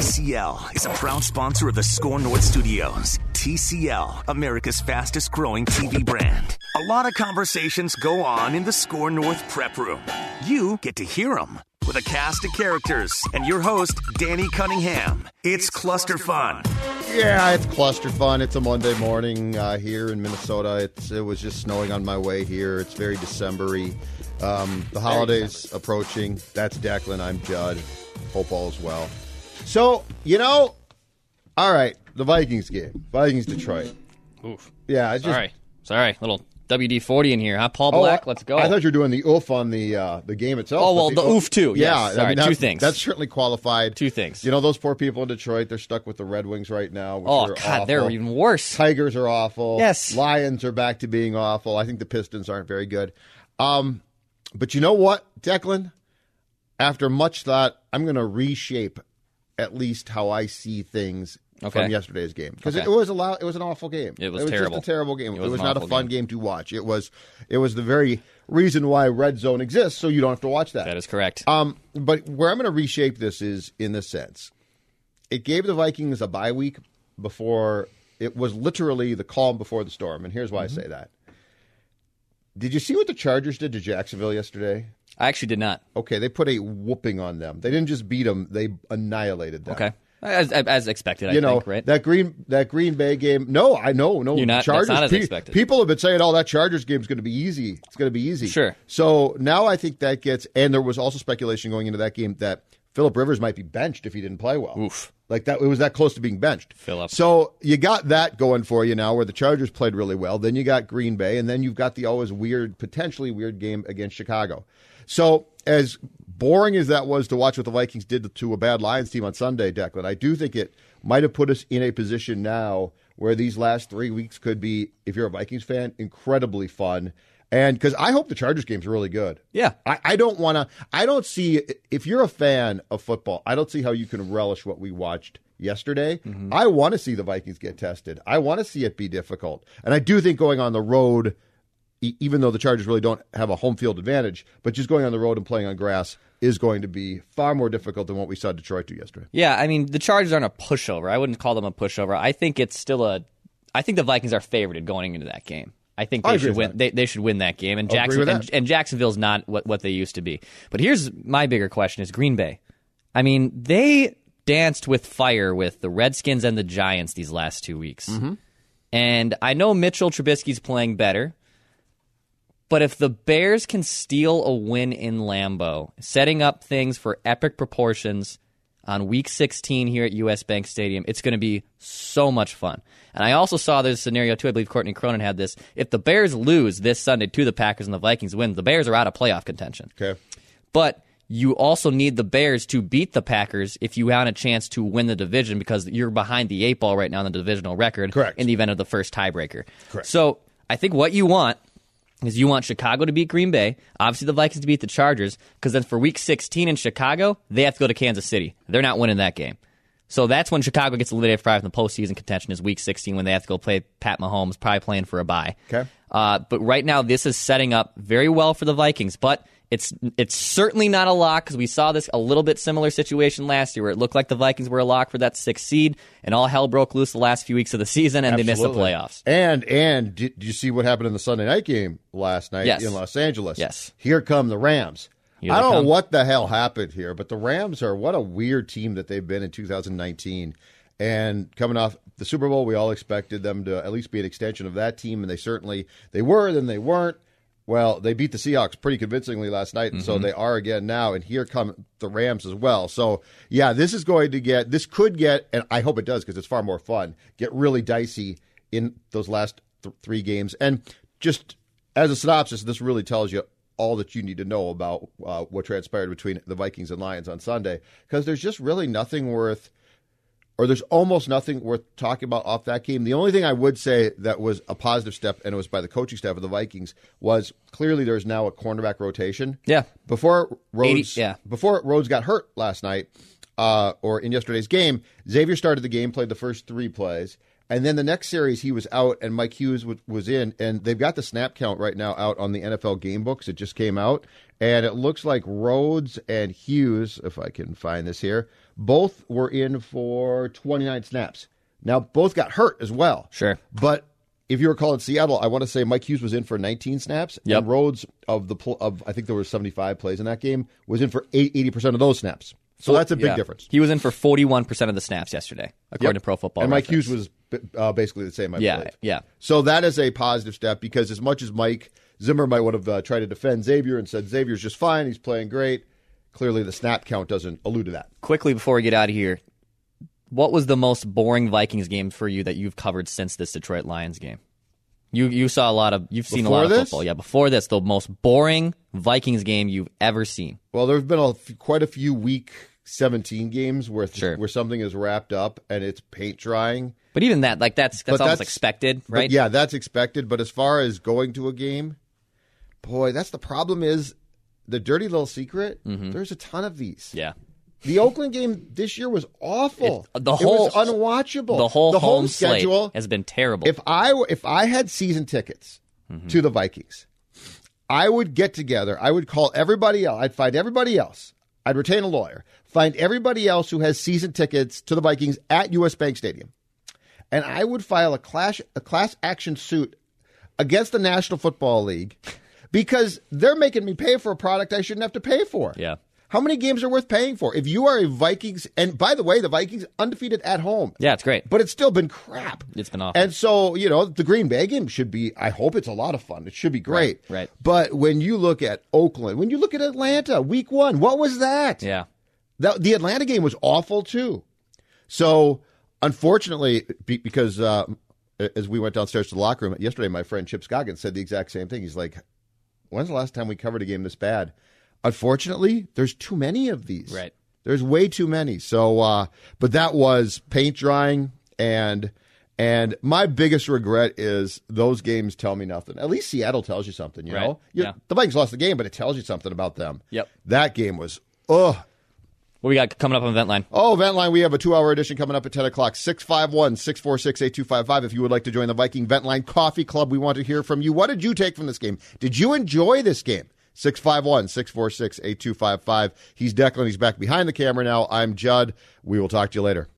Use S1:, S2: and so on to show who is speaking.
S1: TCL is a proud sponsor of the Score North Studios. TCL, America's fastest growing TV brand. A lot of conversations go on in the Score North prep room. You get to hear them with a cast of characters and your host, Danny Cunningham. It's cluster fun.
S2: Yeah, it's cluster fun. It's a Monday morning uh, here in Minnesota. It's it was just snowing on my way here. It's very Decembery. Um, the holidays approaching. That's Declan. I'm Judd. Hope all is well. So you know, all right, the Vikings game, Vikings Detroit.
S3: Oof.
S2: Yeah, I just
S3: Sorry. Sorry. Little WD 40 in here, huh? Paul
S2: Oh,
S3: Black,
S2: I-
S3: let's go.
S2: I thought you were doing the oof on the uh, the game itself.
S3: Oh,
S2: but
S3: well, the oof too, yes.
S2: Yeah,
S3: Sorry,
S2: that-
S3: two things.
S2: That's certainly qualified.
S3: Two things.
S2: You know, those poor people in Detroit, they're stuck with the Red Wings right now. Which
S3: oh,
S2: are
S3: God, they're
S2: awful.
S3: even worse.
S2: Tigers are awful.
S3: Yes.
S2: Lions are back to being awful. I think the Pistons aren't very good. Um, but you know what, Declan? After much thought, I'm going to reshape at least how I see things
S3: Okay.
S2: from yesterday's game because
S3: Okay.
S2: it was a lo- it was an awful game.
S3: It was
S2: it was
S3: terrible.
S2: Just a terrible game. It
S3: It
S2: was,
S3: was an
S2: not a
S3: awful
S2: fun game. to watch. It was it was the very reason why red zone exists, so you don't have to watch
S3: That is correct.
S2: um, but where I'm going to reshape this is in the sense it gave the Vikings a bye week before it was literally the calm before the storm. And here's why I say that. Did you see what the Chargers did to Jacksonville yesterday?
S3: I actually did not.
S2: Okay, they put a whooping on them. They didn't just beat them; they annihilated them.
S3: Okay. As, as expected,
S2: You
S3: I
S2: know
S3: think, right?
S2: that Green that Green Bay game. No, I know, no.
S3: You're not- that's
S2: Chargers.
S3: not as
S2: pe-
S3: expected.
S2: People have been saying, "Oh, that Chargers game is going to be easy. It's going to be easy."
S3: Sure.
S2: So now I think that gets, and there was also speculation going into that game that Philip Rivers might be benched if he didn't play well.
S3: Oof.
S2: Like that, it was that close to being benched.
S3: Phillip.
S2: So you got that going for you now, where the Chargers played really well. Then you got Green Bay, and then you've got the always weird, potentially weird game against Chicago. So as boring as that was to watch what the Vikings did to a bad Lions team on Sunday, Declan, I do think it might have put us in a position now where these last three weeks could be, if you're a Vikings fan, incredibly fun. And because I hope the Chargers game's really good.
S3: Yeah.
S2: I, I don't want to. I don't see if you're a fan of football. I don't see how you can relish what we watched yesterday. I want to see the Vikings get tested. I want to see it be difficult, and I do think going on the road, e- even though the Chargers really don't have a home field advantage, but just going on the road and playing on grass is going to be far more difficult than what we saw Detroit do yesterday.
S3: yeah, I mean, the Chargers aren't a pushover. I wouldn't call them a pushover. I think it's still a. I think the Vikings are favored going into that game. I think
S2: I
S3: they
S2: agree
S3: should
S2: with
S3: win.
S2: that.
S3: They, they should win that game, and
S2: I'll agree with
S3: Jackson and,
S2: that.
S3: and Jacksonville's not what, what they used to be. But here's my bigger question: Is Green Bay? I mean, they danced with fire with the Redskins and the Giants these last two weeks,
S2: Mm-hmm.
S3: and I know Mitchell Trubisky's playing better. But if the Bears can steal a win in Lambeau, setting up things for epic proportions on week 16 here at US Bank Stadium, it's going to be so much fun. And I also saw there's a scenario too. I believe Courtney Cronin had this. If the Bears lose this Sunday to the Packers and the Vikings win, the Bears are out of playoff contention.
S2: Okay.
S3: But you also need the Bears to beat the Packers if you want a chance to win the division because you're behind the eight ball right now on the divisional record
S2: Correct.
S3: in the event of the first tiebreaker. Correct. So I think what you want is you want Chicago to beat Green Bay, obviously the Vikings to beat the Chargers, because then for week 16 in Chicago, they have to go to Kansas City. They're not winning that game. So that's when Chicago gets eliminated from the postseason contention is week 16 when they have to go play Pat Mahomes, probably playing for a bye.
S2: Okay.
S3: Uh, but right now, this is setting up very well for the Vikings, but it's it's certainly not a lock because we saw this a little bit similar situation last year where it looked like the Vikings were a lock for that sixth seed, and all hell broke loose the last few weeks of the season, and they
S2: Absolutely.
S3: missed the playoffs.
S2: And and did, did you see what happened in the Sunday night game last night
S3: Yes.
S2: in Los Angeles?
S3: Yes.
S2: Here come the Rams.
S3: Here
S2: I
S3: they
S2: don't
S3: come.
S2: know what the hell happened here, but the Rams are what a weird team that they've been in 2019. And coming off the Super Bowl, we all expected them to at least be an extension of that team, and they certainly they were. Then they weren't. Well, they beat the Seahawks pretty convincingly last night, and
S3: Mm-hmm.
S2: so they are again now. And here come the Rams as well. So, yeah, this is going to get, this could get, and I hope it does because it's far more fun, get really dicey in those last th- three games. And just as a synopsis, this really tells you all that you need to know about uh, what transpired between the Vikings and Lions on Sunday because there's just really nothing worth or there's almost nothing worth talking about off that game. The only thing I would say that was a positive step, and it was by the coaching staff of the Vikings, was clearly there's now a cornerback rotation.
S3: Yeah.
S2: Before Rhodes,
S3: 80 yeah.
S2: before Rhodes got hurt last night, uh, or in yesterday's game, Xavier started the game, played the first three plays, and then the next series he was out, and Mike Hughes w- was in, and they've got the snap count right now out on the NFL game books. It just came out, and it looks like Rhodes and Hughes, if I can find this here, Both were in for 29 snaps. Now, both got hurt as well.
S3: Sure.
S2: But if you recall in Seattle, I want to say Mike Hughes was in for 19 snaps,
S3: Yep.
S2: and Rhodes of the pl- of I think there were 75 plays in that game was in for 80 percent of those snaps. So that's a big
S3: Yeah.
S2: difference.
S3: He was in for 41% of the snaps yesterday, according
S2: Yep.
S3: to Pro Football
S2: And Mike
S3: Reference.
S2: Hughes was b- uh, basically the same. I
S3: Yeah,
S2: believe.
S3: yeah.
S2: So that is a positive step because as much as Mike Zimmer might want to uh, try to defend Xavier and said Xavier's just fine, he's playing great. Clearly, the snap count doesn't allude to that.
S3: Quickly before we get out of here, what was the most boring Vikings game for you that you've covered since this Detroit Lions game? You you saw a lot of you've seen a
S2: Before
S3: lot
S2: this?
S3: of football. Yeah, before this, the most boring Vikings game you've ever seen.
S2: Well, there's been a f- quite a few week 17 games where th-
S3: Sure.
S2: where something is wrapped up and it's paint drying.
S3: But even that, like that's that's
S2: But
S3: almost
S2: that's-
S3: expected,
S2: But
S3: right?
S2: yeah, that's expected. But as far as going to a game, boy, that's the problem. Is the dirty little secret? There's a ton of these.
S3: Mm-hmm. yeah.
S2: The Oakland game this year was awful.
S3: It- the
S2: It
S3: whole-
S2: was unwatchable.
S3: The whole home,
S2: home
S3: slate
S2: schedule.
S3: has been terrible.
S2: If I were- if I had season tickets
S3: Mm-hmm.
S2: to the Vikings, I would get together. I would call everybody else. I'd find everybody else. I'd retain a lawyer. Find everybody else who has season tickets to the Vikings at U.S. Bank Stadium, and I would file a clash a class action suit against the National Football League because they're making me pay for a product I shouldn't have to pay for.
S3: Yeah.
S2: How many games are worth paying for? If you are a Vikings, and by the way, the Vikings undefeated at home.
S3: yeah, it's great.
S2: But it's still been crap.
S3: It's been awful.
S2: And so, you know, the Green Bay game should be, I hope it's a lot of fun. It should be great.
S3: Right, right.
S2: But when you look at Oakland, when you look at Atlanta, week one, what was that?
S3: yeah.
S2: The, the Atlanta game was awful too. So, unfortunately, be, because uh, as we went downstairs to the locker room yesterday, my friend Chip Scoggins said the exact same thing. He's like, "When's the last time we covered a game this bad?" Unfortunately, there's too many of these.
S3: Right.
S2: There's way too many. So, uh, but that was paint drying and. And my biggest regret is those games tell me nothing. At least Seattle tells you something, you
S3: Right.
S2: know. You-
S3: Yeah.
S2: The Vikings lost the game, but it tells you something about them.
S3: Yep.
S2: That game was ugh,
S3: What we got coming up on Vent Line?
S2: Oh, Vent Line, we have a two hour edition coming up at 10 o'clock. 651 646 8255. If you would like to join the Viking Vent Line Coffee Club, we want to hear from you. What did you take from this game? Did you enjoy this game? 651 646 8255. He's Declan. He's back behind the camera now. I'm Judd. We will talk to you later.